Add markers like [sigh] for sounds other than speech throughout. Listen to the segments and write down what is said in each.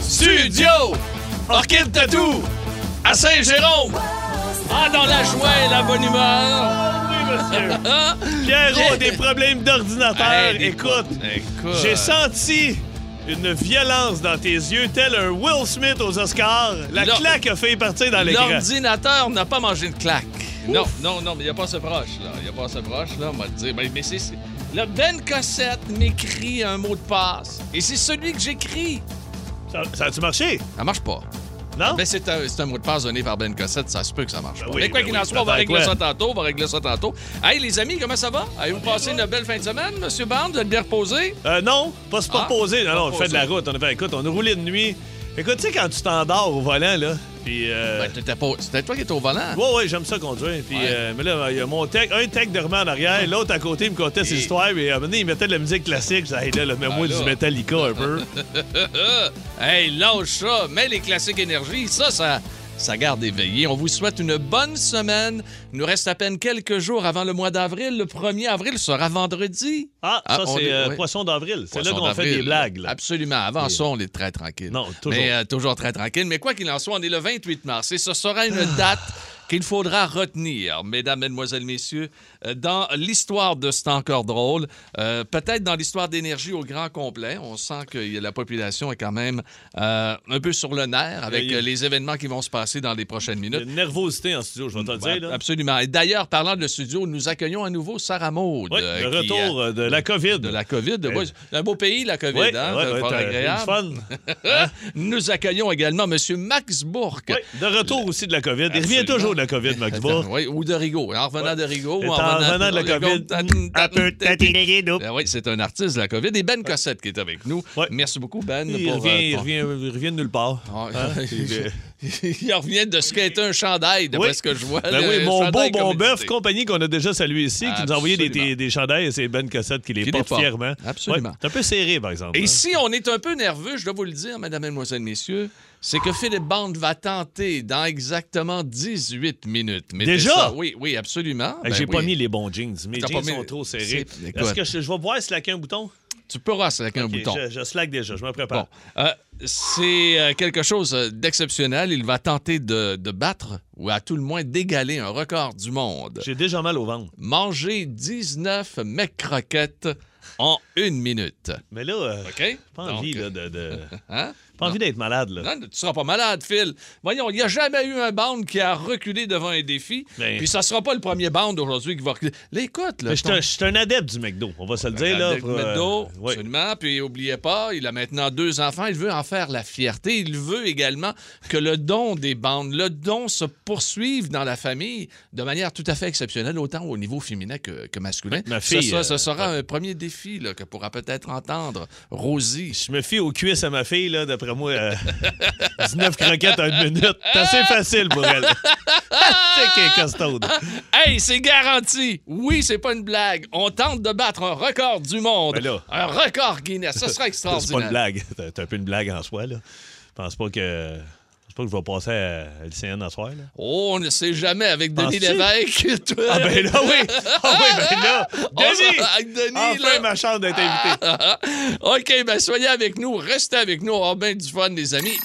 Studio Orchid Tattoo à Saint-Jérôme. Ah, dans la joie et la bonne humeur. monsieur. [laughs] Pierrot, des problèmes d'ordinateur. Hey, des- Écoute, Écoute. j'ai senti une violence dans tes yeux, tel un Will Smith aux Oscars. La L'or- claque a failli partir dans l'écran. L'ordinateur n'a pas mangé de claque. Non, non, non, mais il a pas ce proche, là. Il a pas ce proche, là, on va le dire. Ben, mais c'est... c'est- Le Ben Cossette m'écrit un mot de passe. Et c'est celui que j'écris. Ça, ça a-tu marché? Ça marche pas. Non? Ah, Mais Ben, c'est un, c'est un mot de passe donné par Ben Cossette, ça se peut que ça marche. Ben pas. oui, mais quoi ben qu'il oui, en soit, on va t'attends régler quoi? ça tantôt, on va régler ça tantôt. Hey les amis, comment ça va? Avez-vous passé une belle fin de semaine, Monsieur Barnes? Vous êtes bien reposé? Euh, non, pas se Ah, reposer. Non, non, on pas fait de la reposer. route. On a fait, écoute, on a roulé de nuit. Écoute, tu sais, quand tu t'endors au volant, là, puis... euh, Ben, t'étais pas- C'était toi qui étais au volant. Ouais, ouais, j'aime ça conduire. Puis, Ouais. euh, mais là, il y a mon tech, un tech de remet [laughs] en arrière, l'autre à côté il me contait ses Et- histoires. Puis, à un moment donné, il mettait de la musique classique. J'ai dit, Hey, là, là, mets-moi Ah, là. du Metallica un peu. Hey, lâche ça, mais les classiques énergie, ça, ça, ça garde éveillé. On vous souhaite une bonne semaine. Il nous reste à peine quelques jours avant le mois d'avril. Le 1er avril sera vendredi. Ah, ça, on c'est est- euh, ouais. Poisson d'avril. C'est là Poisson qu'on fait d'avril. des blagues. là. Absolument. Avant ça, on est très tranquille. Non, toujours. Mais euh, toujours très tranquille. Mais quoi qu'il en soit, on est le 28 mars et ce sera [sighs] une date qu'il faudra retenir, mesdames, mesdemoiselles, messieurs, euh, dans l'histoire de C'est encore drôle, euh, peut-être dans l'histoire d'énergie au grand complet. On sent que y a- la population est quand même euh, un peu sur le nerf avec Il y a- euh, les événements qui vont se passer dans les prochaines Il y a minutes. une nervosité en studio, je vais te le Ben, dire. Là. Absolument. Et d'ailleurs, parlant de studio, nous accueillons à nouveau Sarah Maud. Oui, euh, le qui, euh, retour euh, de la COVID. de la COVID. de- Eh. ouais, c'est un beau pays, la COVID. Oui, hein, ouais, c'est ouais, fort t'as- agréable. [laughs] t'as du fun. Nous accueillons également M. Max Bourque. Ouais, de retour aussi de la COVID. Il revient Absolument. toujours de la COVID, Max Bourg. Oui, ou de Rigaud. En revenant Ouais. de Rigaud. Et ou en revenant de la COVID, mm, un peu tatillé-doux. Ben oui, c'est un artiste de la COVID. Et Ben Cossette qui est avec nous. Ouais. Merci beaucoup, Ben. Il pour, revient, il euh, ton- revient, il revient de nulle part. Ah, Hein? [laughs] [laughs] il- il revient de ce qu'était un chandail, d'après Oui. ce que je vois. Ben là, oui, un mon beau chandail bon commodité. bœuf, compagnie qu'on a déjà salué ici, qui nous a envoyé des, Absolument. des- des chandails et c'est Ben Cossette qui les Qui les porte porte. fièrement. Absolument. Ouais, c'est un peu serré, par exemple. Et hein. si on est un peu nerveux, je dois vous le dire, mesdames, mesdemoiselles, messieurs, c'est que Philippe Bande va tenter dans exactement 18 minutes. Mettez Déjà? ça- Oui, oui, absolument. Fait que Ben J'ai pas oui. mis les bons jeans. Mes T'as jeans pas mis- sont trop serrés. c'est- écoute. Est-ce que je, je vais voir slacker un bouton? Tu pourras, c'est avec un Ok, bouton. Je, je slack déjà, je me prépare. Bon, Euh, c'est euh, quelque chose euh, d'exceptionnel. Il va tenter de, de battre ou à tout le moins d'égaler un record du monde. J'ai déjà mal au ventre. Manger 19 mecs croquettes en une minute. Mais là, euh, OK? pas Donc, envie là, [laughs] de. de- hein? Pas envie d'être malade, là. Non, Hein? tu seras pas malade, Phil. Voyons, il n'y a jamais eu un band qui a reculé devant un défi. Ben- Puis ça sera pas le premier band aujourd'hui qui va reculer. Là, écoute, là. Mais je suis ton- un- je suis un adepte du McDo, on va se le dire, là. Adèle pour, euh, Meddo, ouais. absolument. Puis oubliez pas, il a maintenant deux enfants. Il veut en faire la fierté. Il veut également que le don des bandes, le don se poursuive dans la famille de manière tout à fait exceptionnelle, autant au niveau féminin que, que masculin. Ma Ce fille, sera- ce, euh, sera un premier défi là, que pourra peut-être entendre Rosie. Je me fie aux cuisses à ma fille, là, d'après [laughs] moi, euh, 19 croquettes en une minute. C'est assez facile pour [laughs] elle. c'est qu'elle est costaude. Hey, c'est garanti. Oui, c'est pas une blague. On tente de battre un record du monde. Ben là. un record Guinness. Ce sera [laughs] C'est extraordinaire. pas une blague. C'est un peu une blague en soi, là. Je pense pas que. Je pense pas que je vais passer à LCN en soir, là. Oh, on ne sait jamais avec Denis Penses-tu? Lévesque. Toi, Ah ben là, oui! Ah oui, ben [laughs] là! Denis! va avec Denis, enfin là. Ah, ma chance d'être invité. [laughs] OK, ben soyez avec nous, restez avec nous, on aura bien du fun, les amis.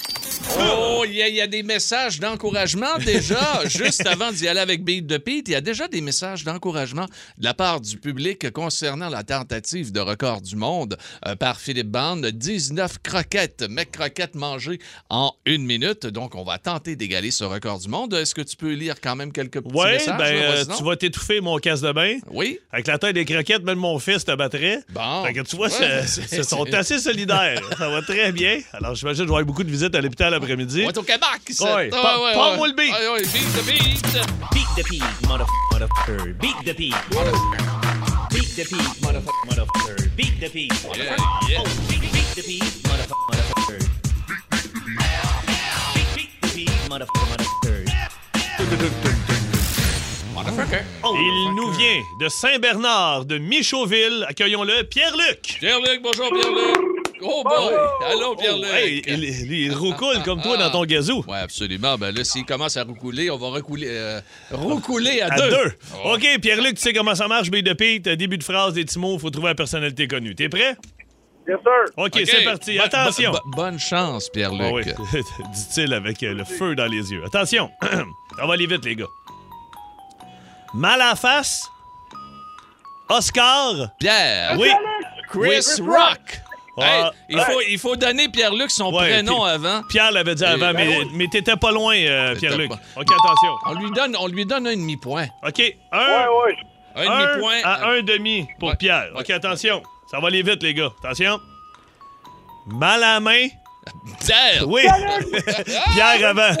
Oh, il y, a- il y a des messages d'encouragement [laughs] déjà. Juste avant d'y aller avec Beat de Pete, il y a déjà des messages d'encouragement de la part du public concernant la tentative de record du monde euh, par Philippe Bande. 19 croquettes, mec croquettes mangées en une minute. Donc, on va tenter d'égaler ce record du monde. Est-ce que tu peux lire quand même quelques petits Ouais, messages? ben, là, euh, sinon? tu vas t'étouffer mon casse de bain. Oui? Avec la taille des croquettes, même mon fils te battrait. Bon. Fait que tu vois, Ouais, ce- c'est- ce sont assez solidaires. Ça va très bien. Alors, j'imagine que je vais avoir beaucoup de visites à l'hôpital l'après-midi. On est au Québec, ici. Ouais, pas- pas-moi le beat. Ouais, ouais, beat de beat. Beat the pig, motherfucker, motherfucker. Beat the pig, motherfucker. Beat the pig, motherfucker, motherfucker. Beat the pig, Yeah, motherfucker. yeah. Beat, beat the pig, motherfucker, motherfucker. Beat, beat the pig, motherfucker, motherfucker. Motherfucker. Il nous vient de Saint-Bernard, de Michauville. Accueillons-le, Pierre-Luc. Pierre-Luc, bonjour Pierre-Luc. Oh boy. Allô Pierre-Luc. Oh, hey, il, il- il roucoule comme toi dans ton gazou. Ouais, absolument. Ben là, s'il commence à roucouler, on va recouler, euh, roucouler à, Oh, À deux. Oh. OK, Pierre-Luc, tu sais comment ça marche, B de Pete. Début de phrase, des petits mots, faut trouver la personnalité connue. T'es prêt? Yes, sir. OK, OK. c'est parti. Bo- Attention. bo- bo- bonne chance, Pierre-Luc. Ah oui, [laughs] dit-il avec euh, le feu dans les yeux. Attention. [clears throat] On va aller vite, les gars. Mal à la face. Oscar. Pierre. Oui. Chris Oui. Rock. Hey, Ah, il, faut, il faut donner Pierre-Luc son Ouais, prénom puis- avant. Pierre l'avait dit avant, ben mais, mais t'étais pas loin, euh, T'étais Pierre-Luc. pas- OK, attention. On lui donne, on lui donne un demi-point. OK, Ouais, un, ouais. Un un demi-point. à un demi pour Ouais. Pierre. OK, Ouais. attention. Ça va aller vite, les gars. Attention. Mal à la main. Pierre. Oui. [laughs] [laughs] Pierre avant.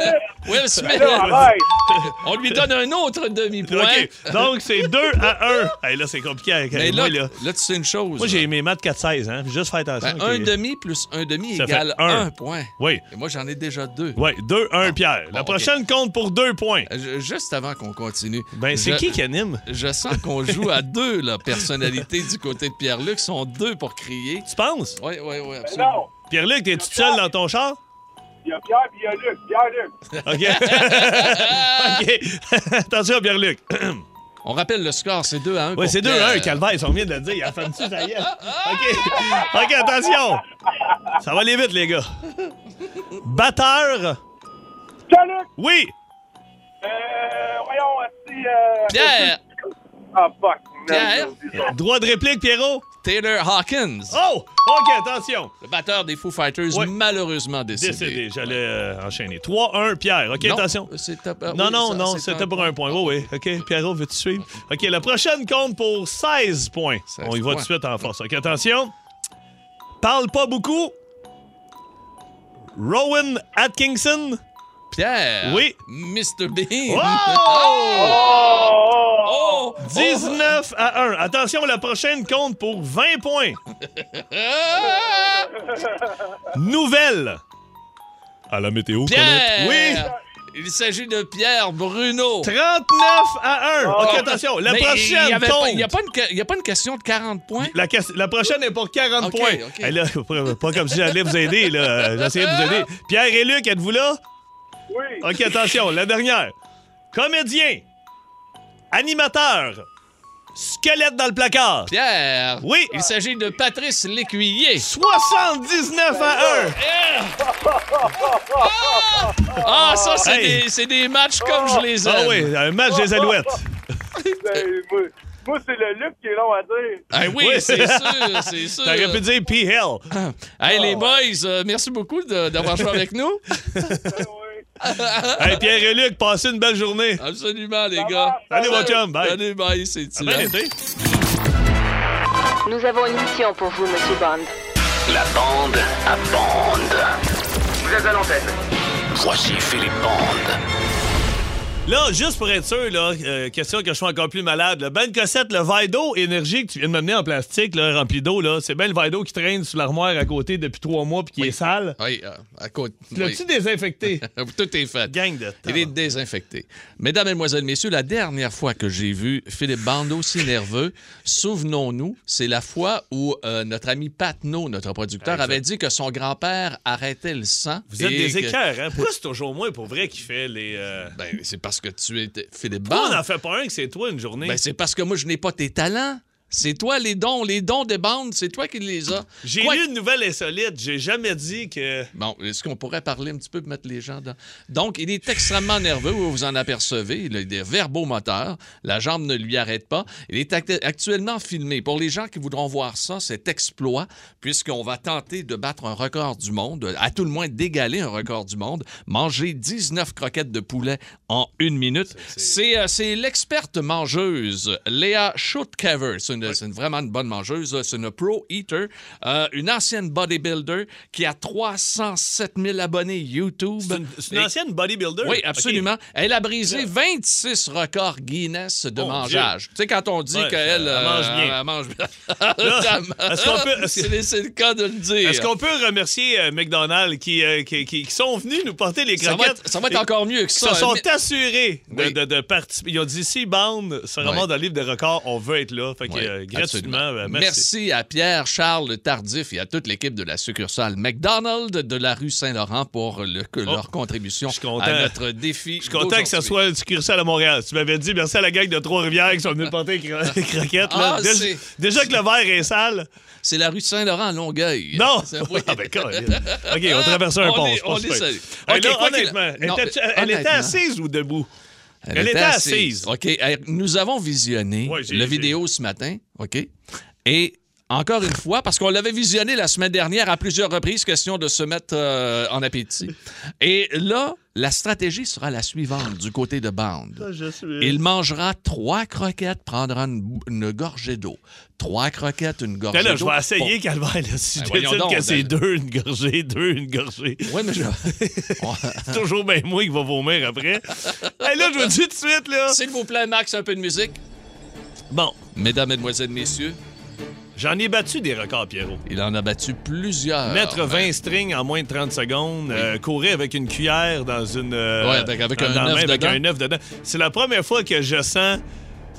Will Smith. Là, arrête. On lui donne un autre demi-point. OK, donc c'est 2 à 1. Hey, là, c'est compliqué avec Mais là, moi, là. là, tu sais une chose. Moi, j'ai mes maths 4-16, hein. Faut Juste faire attention. Ben, OK. Un demi plus un demi Ça fait égale un. un. point. Oui, Et moi, j'en ai déjà deux. oui, 2-1, Pierre. La Ah. Bon, OK. prochaine compte pour 2 points. Euh, je- Juste avant qu'on continue. Ben, c'est je- qui qui anime? Je sens qu'on joue à deux, la personnalité du côté de Pierre-Luc. Ils sont deux pour crier. Tu penses? Oui, oui, oui, Mais absolument. Ben non, Pierre-Luc, t'es-tu seul dans ton char? il y a Pierre puis il y a Luc. Pierre, Luc. OK. [laughs] OK. [laughs] Attention, Pierre-Luc. [clears throat] On rappelle le score, c'est 2 à 1. Oui, c'est 2-1, Calvaire, on vient de le dire. Il a fait ça y est. OK. OK, attention. Ça va aller vite, les gars. Batteur. Pierre, Luc. Oui. Euh, voyons, c'est. Euh... Pierre, Ah, fuck. man, Pierre. j'ai oublié ça. Droit de réplique, Pierrot. Taylor Hawkins, Oh! OK, attention. le batteur des Foo Fighters, Ouais. malheureusement décédé. Décédé. J'allais euh, enchaîner. 3-1, Pierre. OK, Non, attention. c'est top- ah, Non, oui, non, ça, non, c'est c'était pour un point. Oui, oui. OK, Pierrot, veux-tu suivre? OK, la prochaine compte pour 16 points. 16 On y va tout points. de suite en force. OK, attention. Parle pas beaucoup. Rowan Atkinson. Pierre. Oui. Mr. Bean. Oh! [laughs] Oh! 19 à 1. Attention, la prochaine compte pour 20 points. Ah! Nouvelle. À la météo, Pierre! Oui! Il s'agit de Pierre Bruno. 39 à 1. OK, attention, la Oh. Mais prochaine il y avait pas- compte. Il n'y a, pas une que- il y a pas une question de 40 points? La, ques- la prochaine est pour 40 Ok, points. ok. Hey, là, [laughs] pas- pas comme si j'allais vous aider. là. J'essayais de vous aider. Pierre et Luc, êtes-vous là? Oui. OK, attention, la dernière. Comédien, animateur, squelette dans le placard. Pierre! Oui. Il s'agit de Patrice Lécuyer. 79 à 1. Ah, ça, c'est Hey. des, c'est des matchs comme je les aime. Ah oui, un match des Alouettes. Ben, moi, moi, c'est le Luc qui est long à dire. Ah oui, Oui. c'est sûr, [laughs] c'est sûr. T'aurais pu dire P-Hell. Hey, les Oh. boys, euh, merci beaucoup de- d'avoir joué avec nous. [laughs] Ben, oui. Hey, Pierre et Luc, passez une belle journée. Absolument, les gars. va, ça Allez, mon chum, bye. Ah, ben, Allez, bye, hein? c'est Bon Dylan. été. Nous avons une mission pour vous, Monsieur Bond. La bande à bande. Vous êtes à l'antenne. Voici Philippe Bande. Là, juste pour être sûr, là, euh, question que je sois encore plus malade. Le Ben Cossette, le verre d'eau énergie que tu viens de m'amener en plastique, là, rempli d'eau, là, c'est bien le verre d'eau qui traîne sous l'armoire à côté depuis trois mois puis qui est sale. Oui, euh, à côté. Tu l'as-tu [laughs] désinfecté? oui. Tout est fait. Gang de Il est désinfecté. Mesdames, Mesdemoiselles, Messieurs, la dernière fois que j'ai vu Philippe Bandeau si nerveux, souvenons-nous, c'est la fois où euh, notre ami Patneau, notre producteur, avait dit que son grand-père arrêtait le sang. Vous êtes et des que- écœurs, hein? Pourquoi c'est toujours moi, pour vrai, qui fait les... euh, Ben, c'est parce que tu étais Philippe Pourquoi on Bandeau. n'en fait pas un que c'est toi une journée? Ah. Ben, c'est parce que moi, je n'ai pas tes talents. C'est toi les dons, les dons de bandes, c'est toi qui les as. J'ai Quoi- lu une nouvelle insolite, j'ai jamais dit que... Bon, est-ce qu'on pourrait parler un petit peu pour mettre les gens dans. Donc, il est extrêmement nerveux, vous vous en apercevez. Il a des verbomoteur. La jambe ne lui arrête pas. Il est acte- actuellement filmé. Pour les gens qui voudront voir ça, cet exploit, puisqu'on va tenter de battre un record du monde, à tout le moins d'égaler un record du monde, manger 19 croquettes de poulet en une minute. C'est euh, c'est l'experte mangeuse, Léa Schutkever. C'est une- c'est une- vraiment une bonne mangeuse. C'est une pro-eater, euh, une ancienne bodybuilder qui a 307 000 abonnés YouTube. C'est une, c'est une Et- ancienne bodybuilder. oui, absolument. Elle a brisé 26 records Guinness de Mon mangeage. Tu sais, quand on dit Ouais, qu'elle. euh, elle mange bien. Elle mange bien. [laughs] Là, est-ce qu'on peut- C'est c'est le cas de le dire. Est-ce qu'on peut remercier euh, McDonald's qui, euh, qui, qui- qui sont venus nous porter les ça croquettes? va, être, ça va être et- encore mieux que qui ça. se sont Mais- assurés de, Oui. de- de participer. Ils ont dit si Bound se remonte Ouais. dans le livre des records, on veut être là. Fait que, Ouais. euh, gratuitement. Absolument. Ben, merci. merci. à Pierre, Charles Tardif et à toute l'équipe de la succursale McDonald's de la rue Saint-Laurent pour le- que- Oh, leur contribution je suis content. à notre défi. Je suis content que ça soit une succursale à Montréal. Tu m'avais dit merci à la gang de Trois-Rivières qui sont venus porter les cro- [laughs] les croquettes. là. Ah, déjà, c'est- déjà que le verre est sale. C'est la rue Saint-Laurent à Longueuil. [laughs] Non! C'est- oui. Ah, ben, Colin. OK, on traverse un On pont. est- c'est pas on super. est salut. Hey, OK, là, quoi qu'elle- honnêtement, elle, non, était, mais elle était honnêtement, assise ou debout? elle était assise. OK. hey, Nous avons visionné Ouais, j'ai- la j'ai- vidéo ce matin. OK. Et encore une fois, parce qu'on l'avait visionné la semaine dernière à plusieurs reprises, question de se mettre euh, en appétit. Et là, la stratégie sera la suivante du côté de Bande. Il mangera trois croquettes, prendra une, bou- une gorgée d'eau. Trois croquettes, une gorgée Mais d'eau. là, je vais essayer, Calvaire. là, Si Ben, je voyons décide donc, que c'est ben- deux, une gorgée, [laughs] deux, une gorgée. Oui, mais je... [laughs] Ah. C'est toujours bien moi qui va vomir après. Hey, là, je vous le dis tout de suite, là. S'il vous plaît, Max, un peu de musique. Bon, Mesdames, Mesdemoiselles, Messieurs, j'en ai battu des records, Pierrot. il en a battu plusieurs. Ben, Mettre 20 strings en moins de 30 secondes, euh, courir avec une cuillère dans une. euh, Ouais, avec- avec dans un la main, œuf avec dedans. un œuf dedans. C'est la première fois que je sens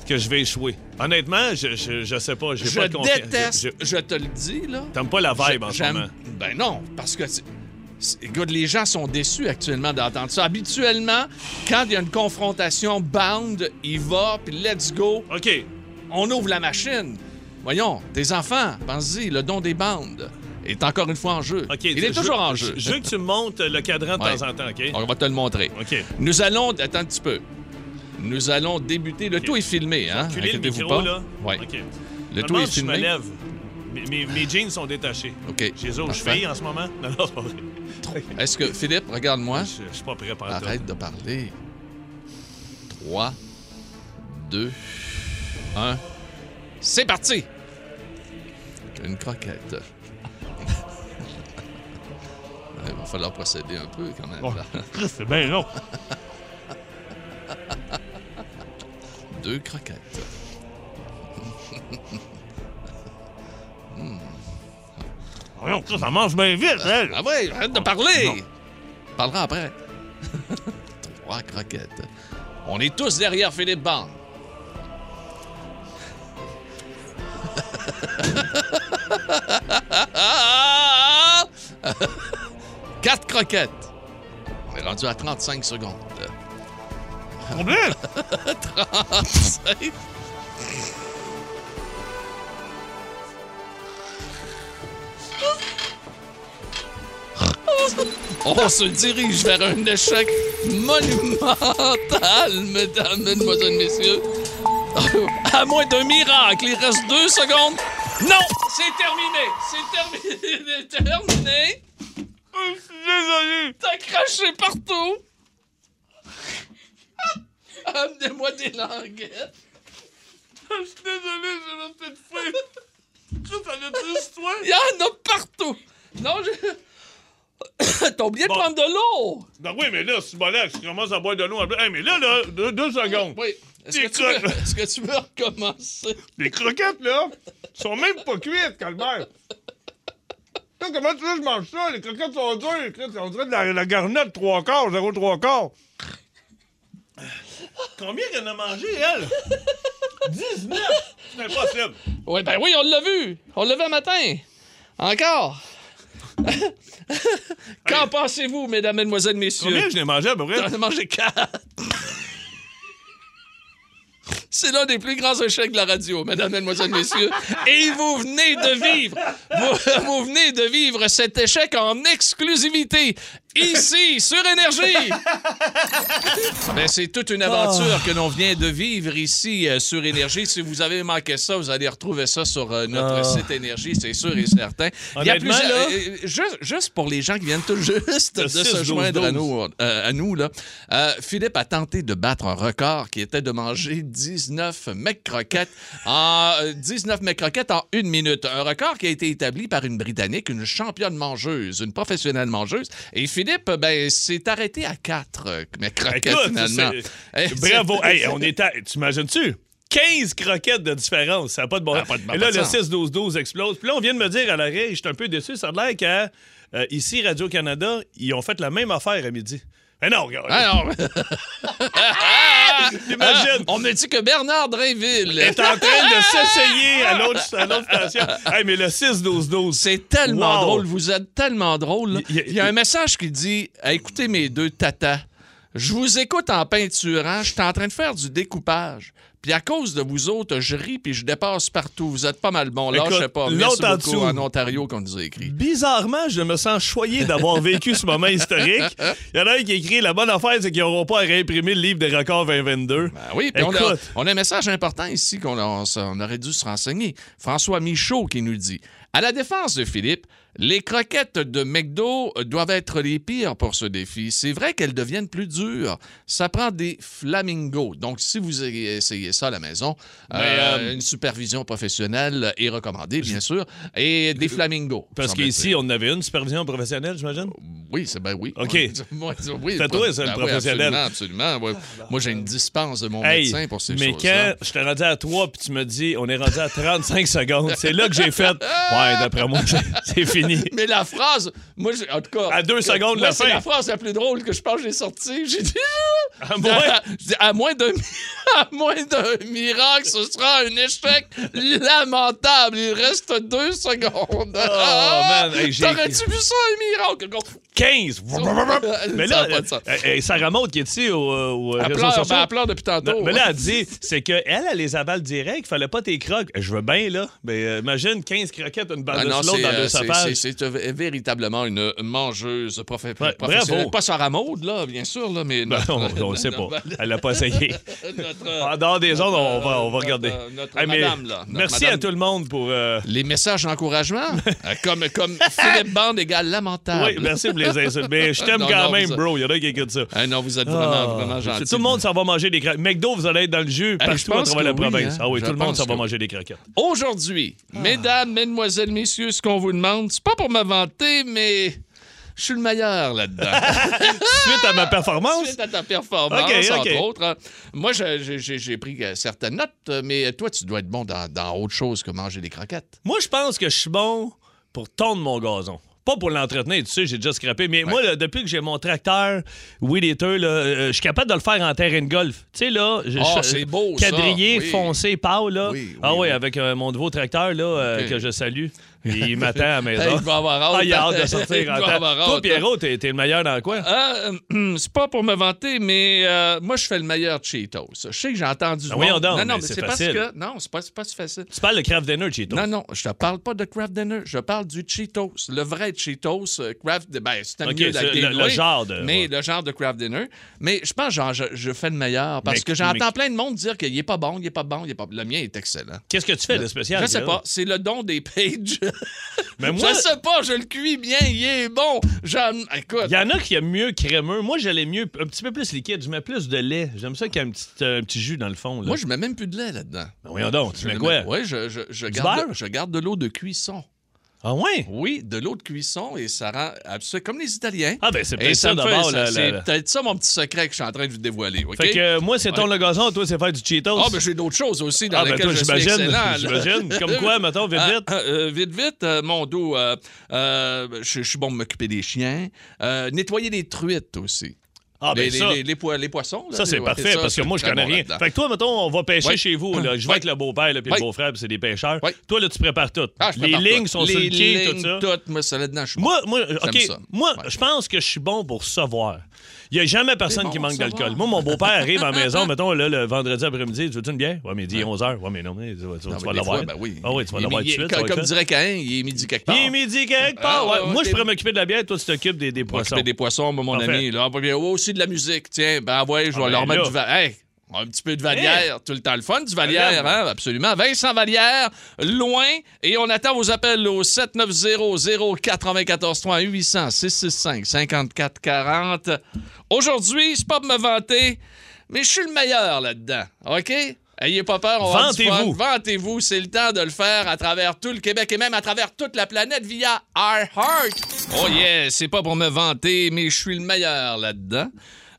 que je vais échouer. Honnêtement, je, je, je sais pas. j'ai Je pas de confiance. déteste, Je- je, je- te le dis, là. T'aimes pas la vibe en ce J'aime- moment. Ben non, parce que... c'est- c'est- Écoute, les gens sont déçus actuellement d'entendre ça. Habituellement, quand il y a une confrontation bound, il va, puis let's go, OK. on ouvre la machine. Voyons, tes enfants, pense-y, le don des bandes est encore une fois en jeu. OK, il est je- toujours en je- jeu. Je veux que tu me montes le cadran de Ouais. temps en temps, OK? On va te le montrer. OK. Nous allons... Attends un petit peu. Nous allons débuter. Le tout est filmé, hein? Culer le Inquiétez-vous micro, pas. là. Ouais. OK. Le Je me tout demande est si je me filmé. Ah. lève. Mes, mes- mes jeans sont détachés. OK. J'ai les aux Parfait. chevilles en ce moment. Non, non, c'est pas vrai. Est-ce que... Philippe, regarde-moi. Je, je suis pas prêt par toi. Arrête de parler. 3, 2, 1. C'est parti! Une croquette. [laughs] Ouais, Il va falloir procéder un peu quand même. là. C'est bien long. Deux croquettes. Voyons, ça, ça mange bien vite, hein? Ah ouais, arrête de parler! On parlera après. [laughs] Trois croquettes. On est tous derrière Philippe Bande. [laughs] Quatre croquettes. On est rendu à 35 secondes. Combien? 35. On se dirige vers un échec monumental, mesdames, mesdemoiselles, messieurs. À moins d'un miracle, il reste deux secondes. Non, c'est terminé, c'est terminé, terminé. Désolé! T'as craché partout. Amenez-moi des languettes. Je suis désolé, j'ai la tête fouille. Ça, ça l'a dit, toi? Il y en a partout. Non, je... [coughs] T'as oublié Bon. de prendre de l'eau. Non, Ben oui, mais là, si bon, là, je commence à boire de l'eau. après- Hey, mais là, là, deux, deux secondes. Oui. Est-ce que, Des tu veux, crottes. est-ce que tu veux recommencer? Les croquettes, là, sont même pas cuites, Calvaire. Là, comment tu veux que je mange ça? Les croquettes sont dures. Les croquettes, On dirait de la, la garnotte trois quarts, zéro trois quarts. Combien qu'elle en a mangé, [laughs] elle? 19! C'est impossible. Oui, ben oui, on l'a vu. On l'a vu un matin. Encore. [laughs] Qu'en pensez-vous, mesdames, mesdemoiselles, Combien messieurs? je l'ai mangé, à peu près? J'en ai mangé quatre. C'est l'un des plus grands échecs de la radio, mesdames, mesdemoiselles, messieurs. Et vous venez de vivre, vous, vous venez de vivre cet échec en exclusivité, ici, sur Énergie. Ben, c'est toute une aventure Ah. que l'on vient de vivre ici euh, sur Énergie. Si vous avez manqué ça, vous allez retrouver ça sur euh, notre Ah. site Énergie, c'est sûr et certain. Honnêtement, là- euh, juste, juste pour les gens qui viennent tout juste de, Le se 6-12-12. joindre à nous, euh, à nous là, euh, Philippe a tenté de battre un record qui était de manger 19 mecs croquettes en euh, 19 mecs croquettes en une minute. Un record qui a été établi par une Britannique, une championne mangeuse, une professionnelle mangeuse. Et Philippe, ben, s'est arrêté à 4 mecs croquettes Écoute, finalement. c'est- Eh, Bravo. c'est- Hey, on est à. T'imagines-tu? 15 croquettes de différence. Ça n'a pas de bon Ça a pas de bon Et là, sens. le 6-12-12 explose. Puis là, on vient de me dire à l'oreille, je suis un peu déçu. Ça a l'air qu'à euh, ici, Radio-Canada, ils ont fait la même affaire à midi. Mais non, regarde. Ah non. [laughs] Imagine. [laughs] Eh, on me dit que Bernard Drainville est en train [laughs] de s'essayer à l'autre à l'autre station. Hey, mais le 6-12-12. C'est tellement Wow. drôle, vous êtes tellement drôle. là. Il y a- Il y a un message qui dit Eh, Écoutez mes deux tatas, je vous écoute en peinturant, je suis en train de faire du découpage. Puis à cause de vous autres, je ris puis je dépasse partout. Vous êtes pas mal bon. Là, je sais Écoute, pas. Merci l'autre en beaucoup dessous. en Ontario qu'on nous a écrit. Bizarrement, je me sens choyé d'avoir vécu ce moment historique. Il y en a un qui écrit La bonne affaire, c'est qu'ils n'auront pas à réimprimer le livre des records 2022. Ah oui, puis on a, Écoute. on a un message important ici qu'on a- on s- on aurait dû se renseigner. François Michaud qui nous dit À la défense de Philippe, les croquettes de McDo doivent être les pires pour ce défi. C'est vrai qu'elles deviennent plus dures. Ça prend des flamingos. Donc, si vous essayez ça à la maison, euh, une supervision professionnelle est recommandée, bien sûr, et des flamingos. Euh, Parce semble-t-il. qu'ici, on avait une supervision professionnelle, j'imagine. Oui, c'est ben oui. [laughs] OK. Moi, oui, C'est toi, c'est le ah oui, professionnel. Ah, absolument, absolument. Ouais. Moi, j'ai une dispense de mon Hey, médecin pour ces mais choses-là. quand je t'ai rendu à 3 puis tu me dis on est rendu à 35 secondes, c'est là que j'ai fait Ouais, d'après moi, c'est- c'est fini. Mais la phrase, moi, j'ai- en tout cas. À deux que- secondes de moi, la c'est fin. la phrase la plus drôle que je pense que j'ai sortie. J'ai dit. Ah, À, ouais? je dis, à moins d'un [laughs] à moins d'un miracle, ce sera un échec lamentable. Il reste deux secondes. Oh, Ah, man, hey, j'ai- T'aurais-tu vu ça, un miracle? 15 Mais Ça là, a pas de sens. euh, euh, Sarah Maud qui est ici au, euh, au Elle réseau pleure, social. ben, elle pleure depuis tantôt. hein. Non, mais là, elle dit, c'est que elle, elle les avale direct, fallait pas tes crocs. Je veux bien, là. Mais euh, imagine 15 croquettes, une Ah bande de non, l'autre c'est, dans euh, deux c'est- pages. c'est- c'est, euh, véritablement une mangeuse prof- professionnelle. bravo. Pas Sarah Maud, là, bien sûr, là, mais Ben, notre- [laughs] on on le sait pas. Elle l'a pas [laughs] essayé. notre- euh, En dehors des ondes, on va, on va notre- regarder. notre mais madame, là, notre merci madame. à tout le monde pour. euh, Les messages d'encouragement, euh, comme, comme Philippe Bande égale lamentable. Oui, merci pour les insultes. Mais je t'aime Non, quand non, même, vous- bro. Il y en a qui écoutent ça. Ah non, vous êtes vraiment, Ah, vraiment gentil. c'est- Tout le monde s'en va manger des croquettes. McDo, vous allez être dans le jeu Ah, je partout à pense travers la que oui, province. hein. Ah oui, Je tout le monde pense s'en va que- manger des croquettes. Aujourd'hui, mesdames, mesdemoiselles, messieurs, ce qu'on vous demande, c'est pas pour me vanter, mais je suis le meilleur [laughs] là-dedans. Suite à ma performance, Suite à ta performance, Ok, ok. entre autres. hein. Moi, je- j'ai- j'ai j'ai pris euh, certaines notes, euh, mais toi, tu dois être bon dans, dans autre chose que manger des croquettes. Moi, je pense que je suis bon pour tondre mon gazon. Pas pour l'entretenir, tu sais, j'ai déjà scrappé. Mais moi, là, depuis que j'ai mon tracteur Weed Eater, là, euh, je suis capable de le faire en terrain de golf. Tu sais, là, je- Ah, je- c'est beau, ça. quadrillé, Oui. foncé, pâle, là. Oui, oui, ah oui, oui. avec euh, mon nouveau tracteur, là, euh, Ok. que [laughs] je salue. Il m'attend à la maison. Hey, il va avoir hâte. Ah, il a hâte [laughs] de Il sortir va en temps. avoir Toi, hâte. Pierrot, t'es t'es le meilleur dans quoi? Ah, euh, c'est pas pour me vanter, mais euh, moi, je fais le meilleur Cheetos. Je sais que j'ai entendu. du Ah, voyons monde- non, donc, non, mais Ben mais c'est c'est parce facile. que. Non, c'est pas, c'est pas si facile. Tu parles de Kraft Dinner, Cheeto. Non, non, je te parle pas de Kraft Dinner. Je parle du Cheetos. Le vrai Cheetos. euh, Kraft, ben, c'était Ok, mieux la c'est le- dénouer, le genre de- Mais ouais. le genre de Kraft Dinner. Mais je pense que j'en- je, je fais le meilleur parce Mais- que j'entends mais- plein de monde dire qu'il est pas bon, il est pas bon, il est pas Le mien est excellent. Qu'est-ce que tu fais de spécial? Je sais Pierrot? pas, c'est le don des pages. [laughs] Mais moi, je sais pas, je le cuis bien, il est bon. J'en- Écoute. Il [laughs] y en a qui aiment mieux crémeux. Moi, j'allais mieux un petit peu plus liquide. Je mets plus de lait. J'aime ça qu'il y a un petit, euh, un petit jus dans le fond. Là. Moi, je mets même plus de lait là-dedans. Ben voyons donc, tu mets quoi? Oui, je, je, je garde, beurre? je garde de l'eau de cuisson. Ah ouais? Oui, de l'eau de cuisson et ça rend absolument comme les Italiens. Ah ben c'est Et peut-être ça ça me fait, d'abord. ça- là, c'est là, là. peut-être ça mon petit secret que je suis en train de vous dévoiler. OK? Fait que euh, moi, c'est ton Ouais. le gazon. Toi, c'est faire du Cheetos. Ah, ben j'ai d'autres choses aussi dans Ah, ben, lesquelles toi, je suis j'imagine. excellent. là. [laughs] J'imagine. Comme [laughs] quoi, mettons, vite, Ah, vite. ah, euh, vite, vite, euh, mon dos, euh, euh, je je suis bon pour m'occuper des chiens. Euh, nettoyer les truites aussi. Ah ben les, les- ça, les- les po- les poissons. là, ça c'est les- ça, parfait parce que c'est moi, je très connais bon rien. là-dedans. Fait que toi, mettons, on va pêcher Ouais. chez vous. Là. Je vais Ouais. avec le beau-père là, puis Ouais. le beau-frère, puis c'est des pêcheurs. Ouais. Toi, là, tu prépares tout. Ah, je les prépare lignes tout. sont sur Les le quai, tout lignes, ça. toutes, moi, ça là-dedans, je suis bon. Moi, moi, OK. ça. Moi, Ouais. je pense que je suis bon pour savoir. Il n'y a jamais personne bon qui de manque savoir. d'alcool. Moi, mon beau-père arrive à la maison, mettons, là, le vendredi après-midi, tu veux une bière? Ouais, midi, 11h. Ouais, mais non, mais tu, vas- tu vas- Non, tu mais vas des l'avoir. fois, ben oui. Ah oui, tu vas Il est l'avoir tout midi- de suite. Comme, ouais, comme ça. dirait Caïn, il est midi quelque part. Il est midi quelque part. Ah, ouais. ouais, ouais, Moi, je t'es- pourrais m'occuper de la bière, toi, tu t'occupes des, des Pour poissons. occuper des poissons, moi, mon Parfait. ami. Là, Puis, oh, aussi de la musique. Tiens, ben ouais, je vais Ah, leur ben mettre là. du va- Hey, un petit peu de valière. Tout le temps le fun du valière, Valière, hein? Absolument. Vincent Valière, loin. Et on attend vos appels au 790-094-3 800 665 5440 Aujourd'hui, c'est pas pour me vanter, mais je suis le meilleur là-dedans. OK? Ayez pas peur, on va avoir du fun. Vantez-vous. Vantez-vous, c'est le temps de le faire à travers tout le Québec et même à travers toute la planète via iHeart. Oh yeah, c'est pas pour me vanter, mais je suis le meilleur là-dedans.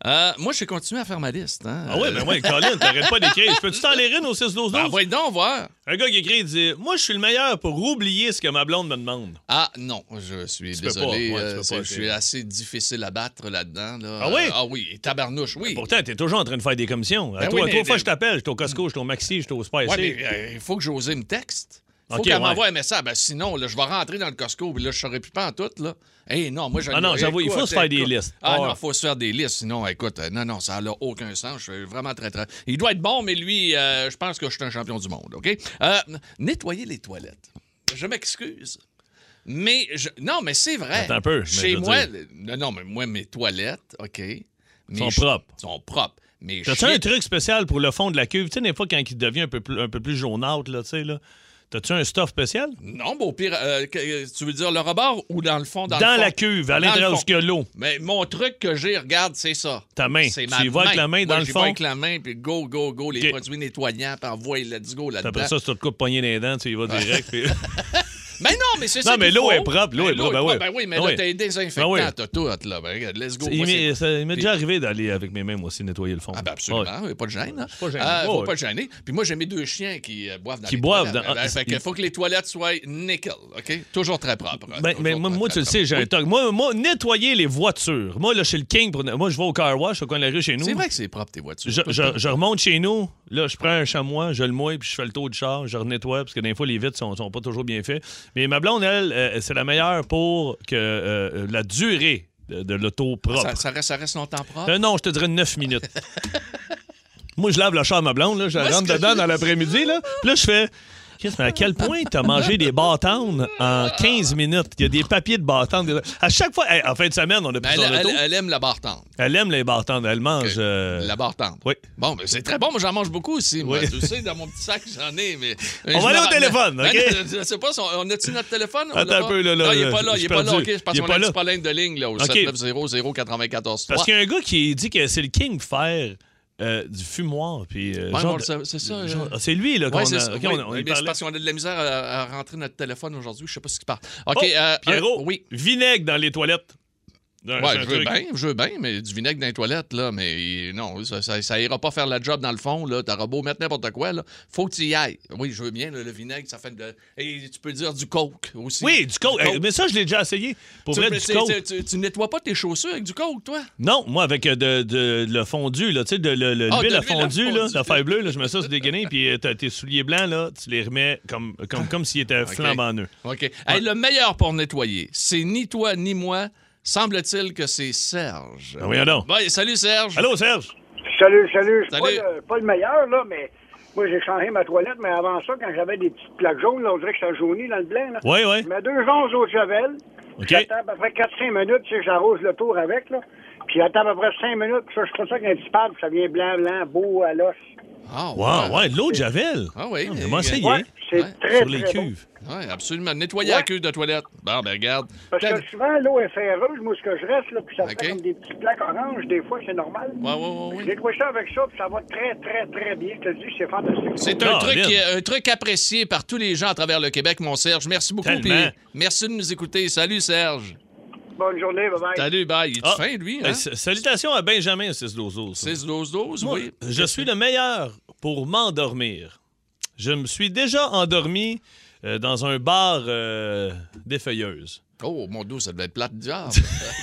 Euh, moi, j'ai continué à faire ma liste. Hein? Ah oui, ben oui, Colin, t'arrêtes pas d'écrire. Je peux-tu t'en lire une au 6 12 Ben, voyons donc voir. Un gars qui écrit, il dit Moi, je suis le meilleur pour oublier ce que ma blonde me demande. Ah non, je suis Tu peux désolé. pas, ouais, tu euh, peux c'est- pas, je c'est- suis assez difficile à battre là-dedans. là. Ah oui? Euh, Ah oui, et tabarnouche, oui. Pourtant, t'es toujours en train de faire des commissions. À Ben toi, oui, mais- trois fois, je t'appelle. J'étais au Costco, j'étais au Maxi, j'étais au Spicy. Ouais, mais euh, il faut que José me texte. faut Ok, qu'elle ouais. m'envoie un message. Ben, sinon, là, je vais rentrer dans le Costco puis là, je saurais plus pas en tout. Là. Hey, non, moi, j'en Ah non, ai- j'avoue, il faut écoute, se faire des écoute. listes. Ah Ah non, ouais. il faut se faire des listes. Sinon, écoute, euh, non, non, ça n'a aucun sens. Je suis vraiment très, très. Il doit être bon, mais lui, euh, je pense que je suis un champion du monde. OK? Euh, nettoyer les toilettes. Je m'excuse. Mais je- non, mais c'est vrai. Attends un peu, mais Chez je veux moi, dire- le- non, non, mais moi, mes toilettes, OK. Mes Sont chi- propres. Sont propres. Mais T'as-tu un truc spécial pour le fond de la cuve? Tu sais, des fois, quand il devient un peu plus, un peu plus jaunâtre, là, tu sais, là. T'as-tu un stuff spécial? Non, mais au pire, euh, que- euh, tu veux dire le rebord ou dans le fond? Dans, Dans, le fond? la cuve, à Dans l'intérieur le où fond. ce que l'eau. Mais mon truc que j'ai, regarde, c'est ça. Ta main. C'est Tu ma y vas avec la main Moi, dans le j'y vais fond. avec la main, puis go, go, go, les Ok. produits nettoyants, puis envoie, let's go Puis Après là-dedans. ça, si tu te coupes poigner les dents, tu y vas direct. [laughs] puis- Mais non, mais c'est ça. Non, mais qu'il l'eau faut. est propre, l'eau Mais est propre, ben oui. Ben oui, mais Ah là, oui. t'as des désinfectants, Ah oui. t'as tout, là. Ben, regarde, let's go. [laughs] il Moi, c'est- m'est ça- il m'est Puis- déjà arrivé d'aller avec mes mains, moi aussi, nettoyer le fond. Ah, ben absolument, Ouais. oui, pas de gêne. Hein. Pas gêné. Ah, faut Ouais. pas gêner. Puis moi, j'ai mes deux chiens qui euh, boivent dans Qui les boivent toilettes. dans- Ben, fait que faut que les toilettes soient nickel, OK? Toujours très propre. Ben, mais moi, moi, tu le sais, j'ai un toc. Moi, moi, nettoyer les voitures. Moi, là, je suis le king. Pour... Moi, je vais au car wash, au coin de la rue chez nous. C'est vrai que c'est propre, tes voitures. Je, je- je remonte chez nous, là, je prends un chamois, je le mouille, puis je fais le tour du char, je renettoie, parce que des fois, les vitres sont, sont pas toujours bien faites. Mais ma blonde, elle, euh, c'est la meilleure pour que euh, la durée de, de l'auto propre. Ça, ça reste, ça reste longtemps propre. Euh, non, je te dirais 9 minutes. [laughs] Moi, je lave le char à ma blonde, là, je la ce rentre que dedans je- dans l'après-midi, là, puis là, je fais. Chris, mais à quel point t'as mangé des bâtons en 15 minutes? Il y a des papiers de bâtons. des- À chaque fois, hey, en fin de semaine, on a Ben, pris elle, son auto. elle- elle aime la barre tendre. Elle aime les bâtons. Elle mange. euh, La barre tendre. Oui. Bon, ben, c'est très bon. Moi, j'en mange beaucoup aussi. moi. Tu sais, dans mon petit sac, j'en ai. Mais, mais On je va me aller au rappelle- téléphone, Ben, OK? non, je- je sais pas, si on on a-tu notre téléphone? On Attends l'a un pas? peu, là, là, Non, il est là, pas là. je Il suis est pas là. perdu. OK, je pense Il est qu'on pas a un là. petit problème de ligne là, au OK. 790 94 Parce qu'il y a un gars qui dit que c'est le king pour faire euh, du fumoir. Puis, euh, Ouais, genre on le de- sait- c'est ça, genre- euh, Ah, c'est lui, là, qu'on Ouais, c'est a. ça. ok, Oui, on, on y mais c'est parlait. parce qu'on a de la misère à, à rentrer notre téléphone aujourd'hui. Je sais pas ce qui parle. OK. Oh, euh, un- Pierrot, oui. vinaigre dans les toilettes. Non, c'est Ouais, un je veux truc. bien, je veux bien, mais du vinaigre dans les toilettes, là, mais non, ça, ça, ça ira pas faire la job dans le fond, là. T'auras beau mettre n'importe quoi, là. Faut que tu y ailles. Oui, je veux bien, là, le vinaigre, ça fait de. Et tu peux dire du coke aussi. Oui, du coke. Eh, Mais ça, je l'ai déjà essayé. Pour Tu, vrai, tu- du tu- coke. tu- tu- tu nettoies pas tes chaussures avec du coke, toi? Non, moi, avec euh, de, de- de le fondu, là, tu sais, de le- le- Ah, de l'huile l'huile à à fondu, là, fondu. la faille bleue, là, je mets ça sur des guenilles, puis euh, t'as tes souliers blancs, là, tu les remets comme, comme, comme s'ils étaient flambant neufs. OK. Hey, le meilleur pour nettoyer, c'est ni toi ni moi. Semble-t-il que c'est Serge. Ah, voyons donc. Ouais, salut Serge. Allô, Serge? Salut, salut. Je suis pas, Salut. le- pas le meilleur, là, mais moi, j'ai changé ma toilette, mais avant ça, quand j'avais des petites plaques jaunes, là, on dirait que ça jaunit dans le blanc. Là. Oui, oui. Je mets deux onces au javel. OK. J'attends à peu près 4-5 minutes, tu sais, j'arrose le tour avec, là. Puis j'attends à peu près 5 minutes, puis ça, je prends ça avec un petit pad, puis ça vient blanc, blanc, beau à l'os. Ah, Wow, ouais, de l'eau de Javel. Ah oui, On mais- va essayer. Ouais, c'est Ouais. très, Sur les très bon. cuves. Ouais, absolument. Nettoyer la Ouais. queue de toilette. Bon, ben, regarde. Parce T'as- que souvent, l'eau est ferreuse, moi, ce que je reste, là, puis ça OK. fait comme des petites plaques oranges, des fois, c'est normal. Ouais, ouais, ouais, ouais. J'ai trouvé ça avec ça, puis ça va très, très, très bien. Je te dis, c'est fantastique. C'est un, Ah, truc bien. qui est- un truc apprécié par tous les gens à travers le Québec, mon Serge. Merci beaucoup. puis Tellement. merci de nous écouter. Salut, Serge. Bonne journée, bye-bye. Salut, bye. Il est Ah, fin, lui. eh, Hein? s- Salutations à Benjamin, c'est ce dozo, ça. 6-12-12, Moi, oui. Je suis le meilleur pour m'endormir. Je me suis déjà endormi euh, dans un bar euh, défeuilleuse. Oh, mon dos, ça devait être plate diable. [laughs]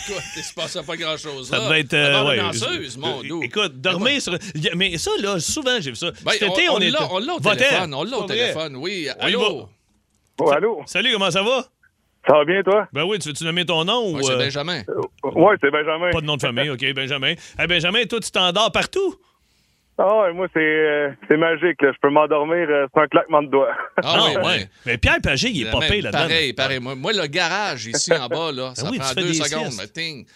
Quoi, il se passait pas grand-chose. Ça là. devait être. euh, Ah, La barre ouais, danseuse, je- mon euh, dos. Écoute, dormir sur. y a- Mais ça, là, souvent, j'ai vu ça. Ben, Cet on, été, on, on est. l'a, on l'a au Va-t'en. téléphone. On l'a au Pas vrai. téléphone, oui. On y Allô? va. Oh, allô? Salut, comment ça va? Ça va bien, toi? Ben oui, tu veux-tu nommer ton nom Ouais, ou. c'est euh, Benjamin. Ouais, c'est Benjamin. Pas de nom de famille, OK, Benjamin. Hey, Benjamin, toi, tu t'endors partout? Ah ouais, moi, c'est euh, c'est magique. là. Je peux m'endormir euh, sur un claquement de doigts. Ah, oui, [laughs] ouais. oui. Mais Pierre Pagé, il est La pas même. payé là-dedans. Ben Pareil, pareil. Moi, moi, le garage ici en bas, là, ça oui, tu prend fais deux des secondes. siestes. ting.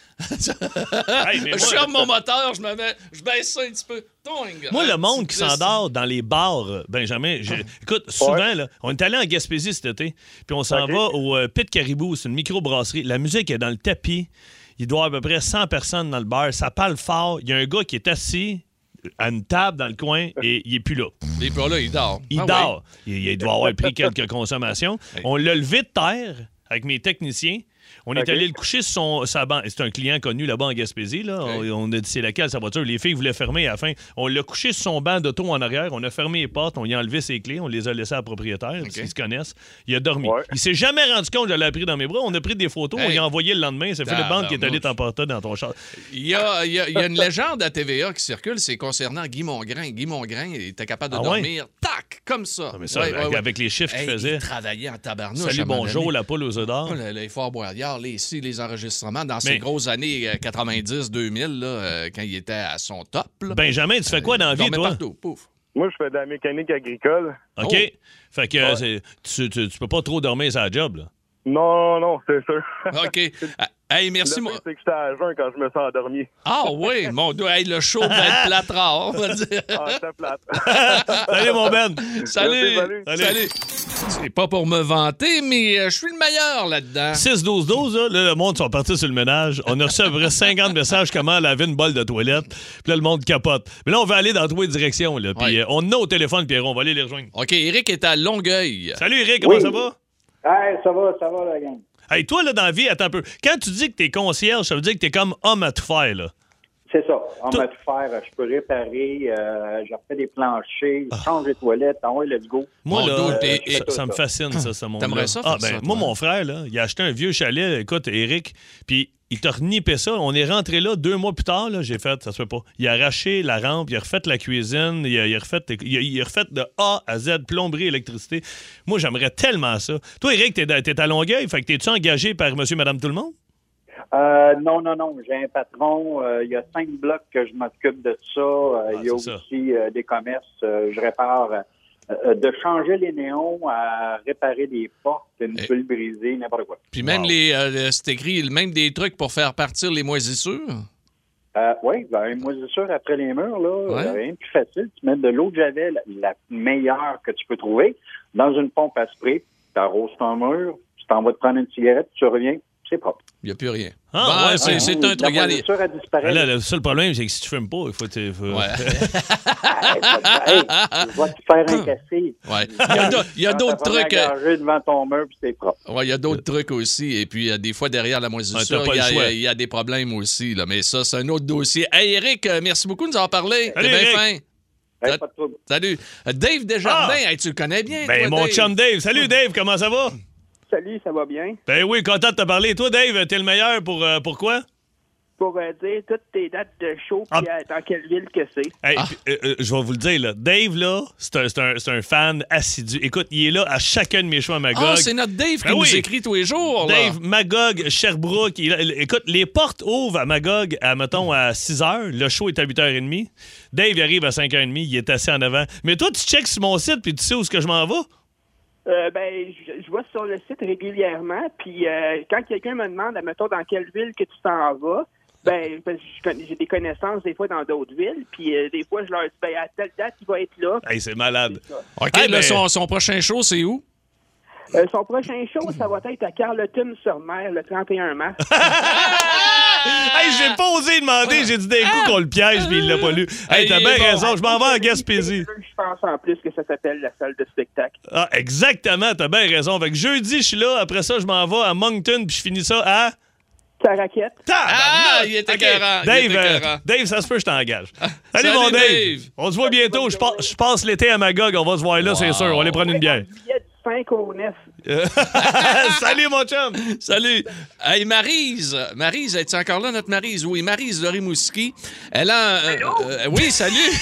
Hey, mais je moi- ferme mon moteur, je me mets, je baisse ça un petit peu. Toing! Moi, Un hein, le monde petit qui glisse. s'endort dans les bars, euh, Benjamin, je- écoute, souvent, là, on est allé en Gaspésie cet été, puis on s'en Ok. va au euh, Pit Caribou, c'est une microbrasserie. La musique est dans le tapis. Il doit y avoir à peu près 100 personnes dans le bar. Ça parle fort. Il y a un gars qui est assis à une table dans le coin et il est plus là. Et puis là, il dort. Il Ah oui. [laughs] dort. Il, il doit avoir pris quelques consommations. On l'a levé de terre avec mes techniciens. On Ok. est allé le coucher sur son, sa ban- C'est un client connu là-bas en Gaspésie. Là. Ok. On, on a dit c'est laquelle sa voiture. Les filles voulaient fermer à la fin. On l'a couché sur son banc d'auto en arrière. On a fermé les portes. On y a enlevé ses clés. On les a laissées à la propriétaire. parce qu'ils se connaissent. Il a dormi. Ouais. Il s'est jamais rendu compte que je l'avais pris dans mes bras. On a pris des photos. Hey. On y a envoyé le lendemain. C'est Philippe Bande qui est allé Tabarnouche. t'emporter dans ton char. Il y a, il y a- il y a une légende à TVA qui circule, c'est concernant Guy Mongrain. Guy Mongrain il était capable de Ah ouais? dormir, tac, comme ça. Ah, mais ça, Ouais, avec, ouais, ouais. avec les chiffres Hey, qu'il faisait. Il travaillait en tabarnouche. à Salut, un moment bonjour, donné. la poule aux œufs d'or. Oh, le- Les Fort Boyard, les ici, les enregistrements, dans ces Mais- grosses années euh, 90-2000, euh, quand il était à son top. là. Benjamin, tu fais Ben, quoi dans la Il vie, dormait toi? partout, pouf. Moi, je fais de la mécanique agricole. OK? Oh. Fait que euh, c'est- tu, tu, tu peux pas trop dormir sur la job, là. Non, non, non, c'est sûr. OK. Ah, Hey, merci, Le moi. pire, c'est que j'étais à jeun quand je me suis endormi. Ah oui, mon Dieu, hey, le show va être plate rare, on va dire. Ah, j'étais plate. [laughs] Salut, mon Ben! Salut, Merci, salut. salut. C'est pas pour me vanter, mais euh, je suis le meilleur là-dedans. 6-12-12, là, là, le monde sont partis sur le ménage. On a reçu à [laughs] peu près 50 messages comment laver une bolle de toilette. Puis là, le monde capote. Mais là, on va aller dans toutes les directions, là. Puis Ouais. euh, on en a au téléphone, Pierrot. On va aller les rejoindre. OK, Eric est à Longueuil. Salut, Eric, comment Oui. ça va? Hey, ça va, ça va, la gang. Hey, toi, là, dans la vie, attends un peu. Quand tu dis que t'es concierge, ça veut dire que t'es comme homme à tout faire, là. C'est ça. On Tout- m'a tout faire. Je peux réparer. Euh, je refais des planchers. Je change les toilettes. Ah ouais, let's go. Moi, Mon là, euh, dude, t'es- ça, t'es- ça me fascine, ça, ce monde T'aimerais ça faire ah, ben, ça, toi, Moi, hein? mon frère, là, il a acheté un vieux chalet, écoute, Eric, puis il t'a renippé ça. On est rentré là deux mois plus tard, là, j'ai fait, ça se fait pas. Il a arraché la rampe, il a refait la cuisine, il a, il a refait, il a- il a refait de A à Z, plomberie, électricité. Moi, j'aimerais tellement ça. Toi, Eric, t'es, dans- t'es à Longueuil, fait que t'es-tu engagé par monsieur, madame, tout le monde? Euh, non, non, non. J'ai un patron. Euh, Il y a cinq blocs que je m'occupe de ça. Euh, Ah, Il y a c'est ça. aussi euh, des commerces. Euh, je répare euh, euh, de changer les néons à réparer des portes, une Eh. tuile brisée, n'importe quoi. Puis même Wow. les, euh, c'est écrit, même des trucs pour faire partir les moisissures. Euh, oui, ben, une moisissure après les murs, là, Ouais. euh, rien de plus facile. Tu mets de l'eau de javel, la meilleure que tu peux trouver, dans une pompe à spray, tu arroses ton mur, tu t'en vas te prendre une cigarette, tu reviens, c'est propre. Il n'y a plus rien. Ah, Ben, ouais, c'est, ouais. c'est un truc. La Regarde, moisissure a Ah, disparu. là, le seul problème, c'est que si tu fumes pas, il faut. t'es- faut- Ouais. Hey, je vais te faire un café. Ouais. Hum. Il y a d'autres- il [laughs] y a d'autres Prends ta trucs. première euh, gorgée devant ton mur, puis c'est propre. ouais, il y a d'autres trucs aussi. Et puis, euh, des fois, derrière la Ouais, t'as moisissure, pas il y, le choix. a- il y a des problèmes aussi. Là. Mais ça, c'est un autre dossier. Hey, Eric, euh, merci beaucoup de nous en parler. T'es Salut, bien Eric. fin. Hey, Ça- pas de trouble. Salut. Euh, Dave Desjardins, hey, tu le connais bien. Ben, toi, mon Dave. chum Dave. Salut, Dave, comment ça va? Salut, ça va bien? Ben oui, content de te parler. Toi, Dave, t'es le meilleur pour euh, pourquoi? Pour euh, dire toutes tes dates de show, Ah. puis euh, dans quelle ville que c'est. Hey, Ah. puis, euh, euh, je vais vous le dire, là. Dave, là, c'est un, c'est un- c'est un fan assidu. Écoute, il est là à chacun de mes choix à Magog. Ah, c'est notre Dave qui Ben nous oui. écrit tous les jours. là. Dave, Magog, Sherbrooke. il- il- écoute, les portes ouvrent à Magog, à, mettons, à 6 h. Le show est à 8 h 30. Dave, il arrive à 5 h 30. Il est assis en avant. Mais toi, tu checks sur mon site puis tu sais où est-ce que je m'en vais? Euh, ben, je je vois sur le site régulièrement, puis euh, quand quelqu'un me demande, mettons, dans quelle ville que tu t'en vas, ben, parce que je connais- j'ai des connaissances des fois dans d'autres villes, puis euh, des fois, je leur dis, ben, à telle date, il va être là. Hey, c'est malade. OK, Hey, là, ben- son, son prochain show, c'est où? Euh, son prochain show, ça va être à Carleton-sur-Mer le 31 mars. [laughs] Hey, j'ai pas osé demander. J'ai dit des coups qu'on le piège puis il l'a pas lu. Hey, Hey, t'as il bien est bon. raison. Je m'en vais en Gaspésie. Je pense en plus que ça s'appelle la salle de spectacle. Ah, exactement, t'as bien raison. Fait que jeudi, je suis là. Après ça, je m'en vais à Moncton, puis je finis ça à... Ta raquette? Ah, Tabarnak! il est Ok, écœurant, il Dave, est euh, écœurant. Ah, Dave, ça se peut, je t'engage. Salut, salut, mon Dave. Dave. On se voit bientôt. Je passe, je passe l'été à Magog. On va se voir là, c'est Wow. sûr. On va aller prendre une bière. Il y a du 5 au 9. [laughs] Salut, mon chum. Salut. Hey, Marise. Marise, es-tu encore là, notre Marise? Oui, Marise de Rimouski. Elle a. euh, euh, oui, salut.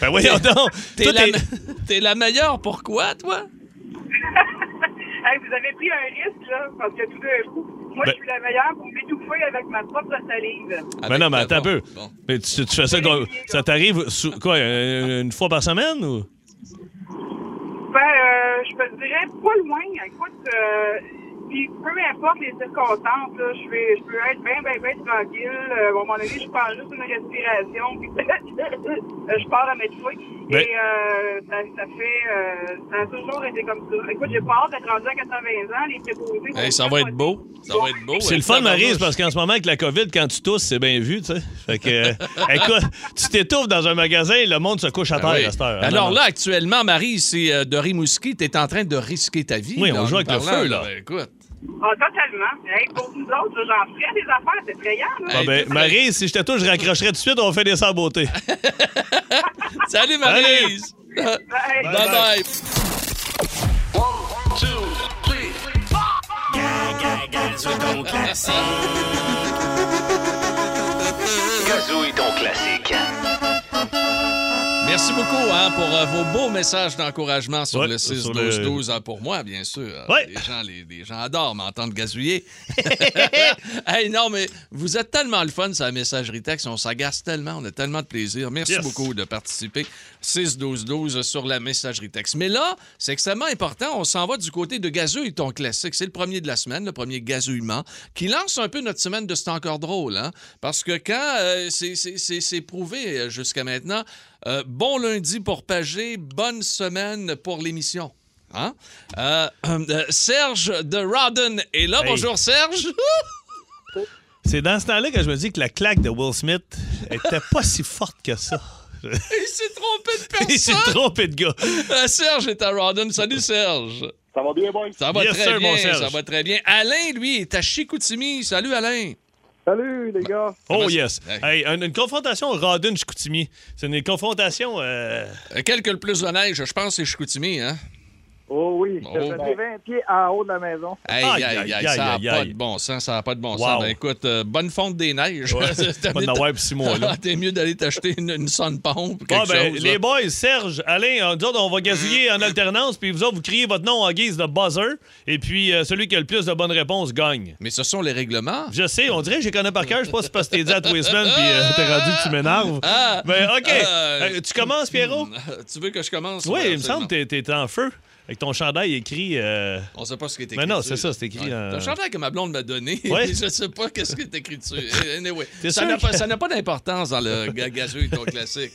Ben voyons donc. T'es Toi, la, t'es- [laughs] t'es la meilleure. Pourquoi, toi? Hey, vous avez pris un risque, là, parce que tout d'un coup, moi, Ben- je suis la meilleure pour m'étouffer avec ma propre salive. Ben non, mais Avec- attends un peu. Bon. Mais tu, tu fais ça, quoi, ça t'arrive sous- quoi, euh, une fois par semaine ou? Ben, euh, je te dirais, pas loin, écoute, euh, puis peu importe les circonstances, là, je, vais, je peux être bien, bien, bien tranquille. Euh, à un moment donné, je prends juste une respiration, puis [laughs] euh, je pars à m'étouffer. Ben- Et euh, ça, ça fait... euh, ça a toujours été comme ça. Écoute, j'ai pas hâte d'être rendu à 80 ans, les préposés... Hey, ça va être beau. Ça va être beau. C'est le fun, Marise, parce qu'en ce moment, avec la COVID, quand tu tousses, c'est bien vu, tu sais. Fait que, euh, écoute, tu t'étouffes dans un magasin, le monde se couche à terre Ah oui. à cette heure. Ah, Alors non, là, actuellement, Marise, c'est euh, de Rimouski. T'es en train de risquer ta vie. Oui, on là, en joue nous avec le parlant, feu, là. Ben, Écoute. Ah, totalement. Hey, pour nous autres, j'en ferais des affaires, c'est effrayant, là. Ah ben, Marie, si j'étais toi, je raccrocherais tout de suite, on fait des [laughs] sans beauté. Salut, Marise! Hey, [laughs] Bye-bye! Gazouille ton classique. Merci beaucoup hein, pour euh, vos beaux messages d'encouragement sur Ouais, le sur le- 6-12-12. hein, pour moi, bien sûr. Euh, Ouais. Les, gens, les, les gens adorent m'entendre [laughs] gazouiller. [laughs] hey, non, mais vous êtes tellement le fun sur la messagerie texte. On s'agace tellement. On a tellement de plaisir. Merci Yes. beaucoup de participer. 6-12-12 sur la messagerie texte. Mais là, c'est extrêmement important. On s'en va du côté de Gazouille, ton classique. C'est le premier de la semaine, le premier gazouillement, qui lance un peu notre semaine de C'est encore drôle. hein, Parce que quand euh, c'est- c'est c'est- c'est prouvé euh, jusqu'à maintenant, euh, bon lundi pour Pagé, bonne semaine pour l'émission. Hein? Euh, [clears throat] euh, Serge de Rodden est là. Hey. Bonjour Serge. C'est dans ce temps-là que je me dis que la claque de Will Smith était pas si forte que ça. [laughs] Il s'est trompé de [laughs] [laughs] Il s'est personne. trompé de gars. Euh, Serge est à Rodden. Salut Serge. Ça va bien, boys? Ça va Yes, très sir, bien. mon Serge. Ça va très bien. Alain, lui, est à Chicoutimi. Salut Alain. Salut, les gars. Oh yes. Hey. Hey, une, une confrontation Radun-Chicoutimi. C'est une confrontation... euh, Euh, Quel que le plus de neige, je pense que c'est Chicoutimi. Hein? Oh oui, Oh. ça fait 20 pieds en haut de la maison. Aïe, aïe, Aïe, aïe, aïe, ça n'a aïe, pas aïe. de bon sens, ça n'a pas de bon Wow. sens. Ben écoute, euh, bonne fonte des neiges. [laughs] Ouais, T'as [laughs] pas mis- de Noël pour six mois, là. Ah, [laughs] T'es mieux d'aller t'acheter une, une sonde pompe ou quelque Ah, ben, chose. là. Mm. les boys, Serge, Alain, euh, nous autres, on va gazouiller en alternance, puis vous autres, vous criez votre nom en guise de buzzer, et puis euh, celui qui a le plus de bonnes réponses gagne. Mais ce sont les règlements. Je sais, on dirait que je les connais par cœur. Je sais pas si c'est parce que t'es dit à tous les semaines, puis euh, t'es rendu que tu m'énerves. Ah, Mais OK, euh, Euh, tu commences, Pierrot? Euh, [laughs] tu veux que je commence? Oui, Ouais, il me semble absolument. que t'es- t'es en feu. Avec ton chandail écrit. euh, On sait pas ce qui est écrit Mais non, dessus, c'est ça, là. c'est écrit, Ouais. euh, Le chandail que ma blonde m'a donné, [laughs] Ouais. je sais pas qu'est-ce qui est écrit [laughs] dessus. Eh, Anyway, T'es ça sûr n'a pas, que- ça n'a pas d'importance dans [laughs] le ga- gazeux et ton classique.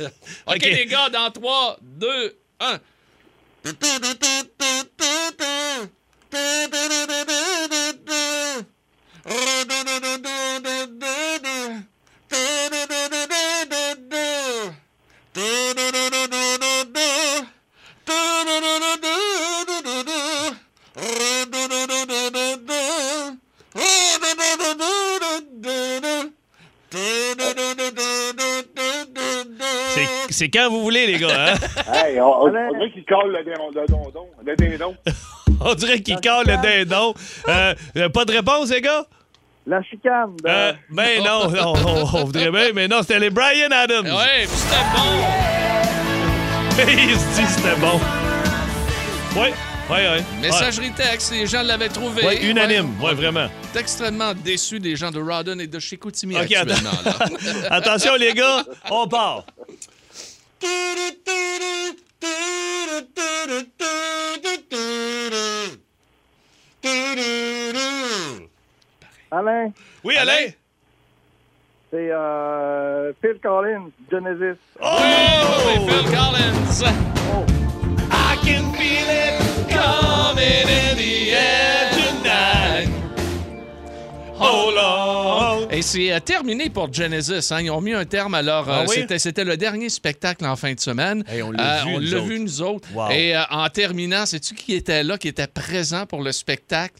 OK, OK. les gars, dans 3, 2, 1. c'est- C'est quand vous voulez, les gars. hein? [laughs] Hey, on, on, on dirait qu'il colle le, dindon- le dondon, le dindon. On dirait qu'il colle le dindon. Euh, euh, pas de réponse, les gars? La chicane. de- Euh, ben non, non, on, on voudrait bien, mais non, c'était les Brian Adams. Ouais, c'était bon. Il se dit c'était bon. Ouais, ouais, ouais. Messagerie texte, les gens l'avaient trouvé. Ouais, ouais, unanime, ouais, vraiment. Ouais, t'es extrêmement déçu des gens de Rodden et de Chicoutimi Ok, actuellement. là. [laughs] Attention, les gars, on part. Alain, Oui, Alain? c'est euh, Phil Collins, Genesis. Oh, et Phil Collins. I can feel it Coming in the air tonight. all along. Et c'est euh, terminé pour Genesis. hein. Ils ont mis un terme à leur. euh, Ah oui? c'était, c'était le dernier spectacle en fin de semaine. Euh, Hey, on l'a vu, on nous l'a autres. vu, nous autres. Wow. Et euh, en terminant, sais-tu qui était là, qui était présent pour le spectacle?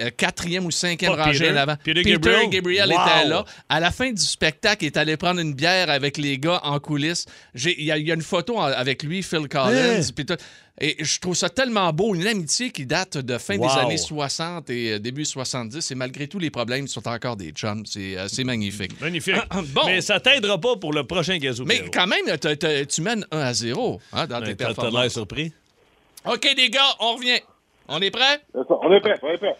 Euh, quatrième ou cinquième Pas rangée Peter. en avant. Peter Gabriel, Gabriel. Wow. était là. À la fin du spectacle, il est allé prendre une bière avec les gars en coulisses. J'ai- Il y, a- il y a une photo en- avec lui, Phil Collins. Hein? puis tout. Et je trouve ça tellement beau, une amitié qui date de fin des Wow. années 60 et euh, début 70. Et malgré tous les problèmes, ils sont encore des chums. C'est euh, c'est magnifique. Magnifique. Ah, ah, bon. Mais ça t'aidera pas pour le prochain gazou. Mais Pierrot. quand même, t'as- t'as- tu mènes 1 à 0 hein, dans tes Ouais, T'as t'as l'air performances. surpris. OK, les gars, on revient. On est prêts? C'est ça. On est prêt, on est prêt.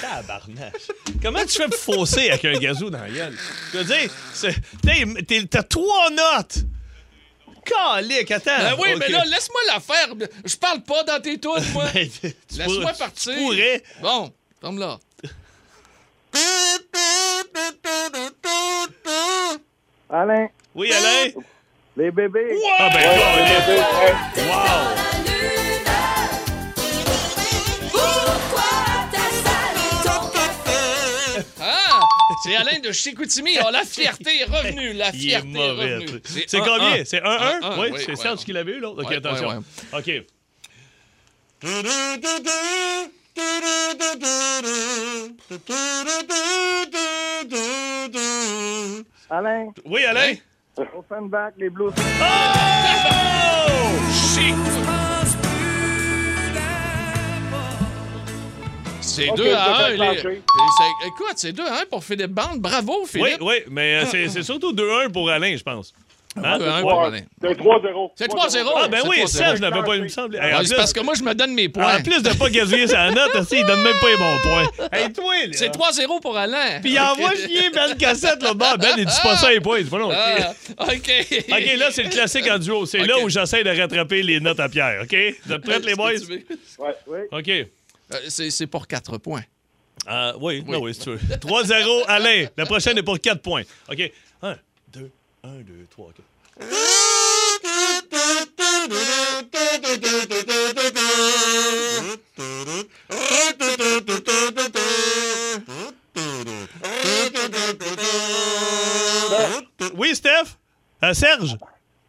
Tabarnak. Comment tu fais pour fausser avec un gazou dans la gueule? Je veux dire, c'est- t'es- t'es- t'as trois notes. Calique, attends. Ben oui, mais Ok. [laughs] là, laisse-moi la faire. Je parle pas dans tes tours, moi. Hey, tu Laisse-moi pourrais- partir. Tu pourrais. Bon, tombe là. Alain, Oui, Alain? les bébés. Ah, ben, calique. Wow! Ah! C'est Alain de Chicoutimi. Oh, la fierté est revenue. La Il est fierté est, mauvais. revenue. C'est combien? C'est 1-1? Un, un, Oui, oui, c'est ouais, Serge ouais. qui l'avait eu, l'autre. OK, Ouais, attention. OK. Alain, Oui, Alain? Hein? Offenbach, les Blues. Oh! Chic. C'est Ok, 2 à je 1. vais les- plancher. c'est- Écoute, c'est 2 à 1 pour Philippe Bande. Bravo, Oui, Philippe. oui, mais euh, c'est c'est surtout 2-1 pour Alain, je pense. Hein? 2 à 1 Ah, pour Alain. C'est 3-0. C'est 3-0. Ah, ben C'est oui, 3-0. Serge n'avait pas eu, me semble. Hey, en Ah, plus- C'est parce que moi, je me donne mes points. En plus de pas gaspiller sa note, aussi, il donne même pas les bons [laughs] points. Hey, toi, là. C'est 3-0 pour Alain. Puis il Ok. envoie chier Ben Cassette là-bas. Ben, il dit pas ça les points. Il dit pas non. Ah, OK. OK, là, [laughs] c'est le classique en duo. C'est OK. là où j'essaie de rattraper les notes à Pierre, OK? Vous êtes prêtes, les boys? Ouais, oui. OK. Euh, C'est c'est pour 4 points. Euh, oui, oui, oui, si tu veux. 3-0, Alain. La prochaine est pour 4 points. OK. 1, 2, 1, 2, 3, 4. Ben, Oui, Steph? Euh, Serge?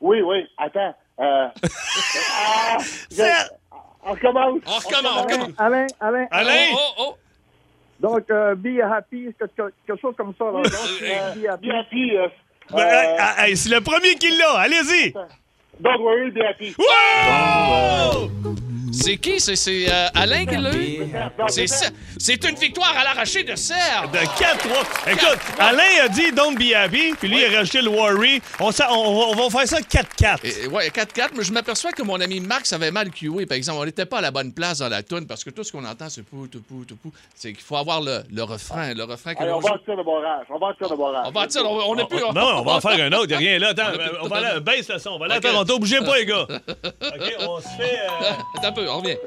Oui, oui. Attends. Euh... ah, Serge! on recommence. On recommence. Ah, on recommence. Alain, Alain. Alain! Oh, oh, Donc, euh, be happy, que- que- quelque chose comme ça. Là. Donc, euh, be happy. Ben, hey, hey, c'est le premier qui l'a. Allez-y! Don't worry, be happy. Wow! oh. C'est qui? C'est- C'est euh, Alain qui l'a eu? C'est ça. C'est une victoire à l'arraché de Serge. De 4-3. Écoute, Alain a dit Don't be happy, puis lui, il a rajouté le worry. On, s'a- on- on va faire ça 4-4. Et- et ouais, 4-4, mais je m'aperçois que mon ami Max avait mal cué, par exemple. On n'était pas à la bonne place dans la toune parce que tout ce qu'on entend, c'est pou, tout, pou, tout, pou. C'est qu'il faut avoir le, le refrain. Le refrain que Allez, on l'on va en joue. tirer le barrage. On va en tirer le barrage. On va dire, on n'a plus. On- Ah, non, on va en faire un autre. Il a rien là. Attends, On a plus- on va aller, baisse le son. On va aller à Ok. Toronto. Bougez pas, [laughs] les gars. OK, on se fait. euh, Attends un peu, on revient.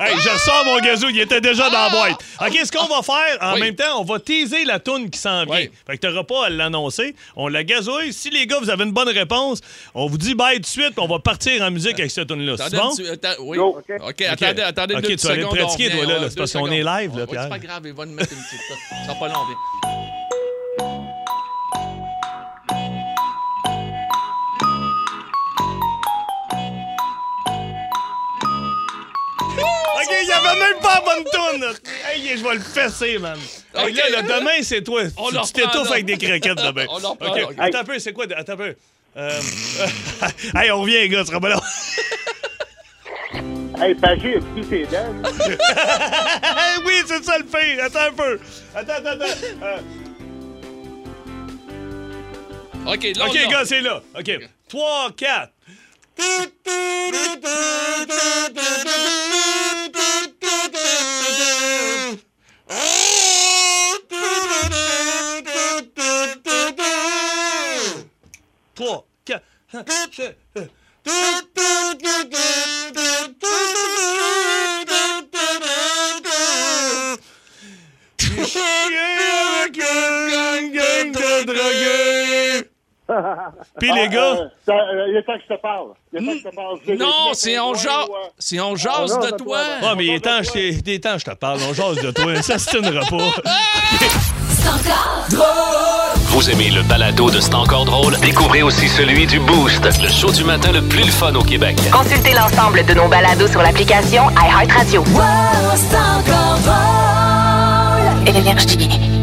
Hey, je sors mon gazou. Il était déjà dans la boîte. OK, ce qu'on va faire, Ah! en Oui. même temps, on va teaser la toune qui s'en vient. Oui. Fait que t'auras pas à l'annoncer. On la gazouille. Si les gars, vous avez une bonne réponse, on vous dit bye tout de suite, puis on va partir en musique avec cette toune-là. C'est Attendez bon? un petit- attends- oui. Go. OK, attendez, attendez Ok, deux tu petites vas aller secondes, te on pratiquer, revient, toi, là, ouais, c'est parce deux qu'on est secondes. live, là, Ouais, Pierre. C'est pas grave, il va nous mettre une petite. Ça sera pas long, viens. OK, il y avait même pas la bonne toune. Hey, je vais le fesser, man. Hey, OK. là, le demain, c'est toi. On tu leur tu t'étouffes prend, avec des croquettes demain. On leur OK, prend, OK. Attends un peu, c'est quoi? de- Attends un peu. Euh, [laughs] hey, on revient, les gars, ce sera pas long. Hey, Pagé, a plus ses dents. [laughs] Hey, oui, c'est ça le pire. Attends un peu. Attends, attends, attends. Euh, OK, là, OK, on les a- gars, c'est là. OK. 3, 4. Trois, quatre. cinq, six, sept. J'ai chié avec une gang de drogués. Puis les Euh, gars, ça, euh, il est temps que je te parle. Il est temps que je te parle. Je- Non, je- c'est je- on ouais, jase, ouais. Ah, c'est on jase jase de de toi. toi, Ah, mais il est temps, je t'ai- il est temps, je te parle. On jase de toi. Ça, c'est une repas. Vous aimez le balado de C'est encore drôle? Découvrez aussi celui du Boost, le show du matin le plus le fun au Québec. Consultez l'ensemble de nos balados sur l'application iHeartRadio. Wow, c'est encore drôle. Énergie.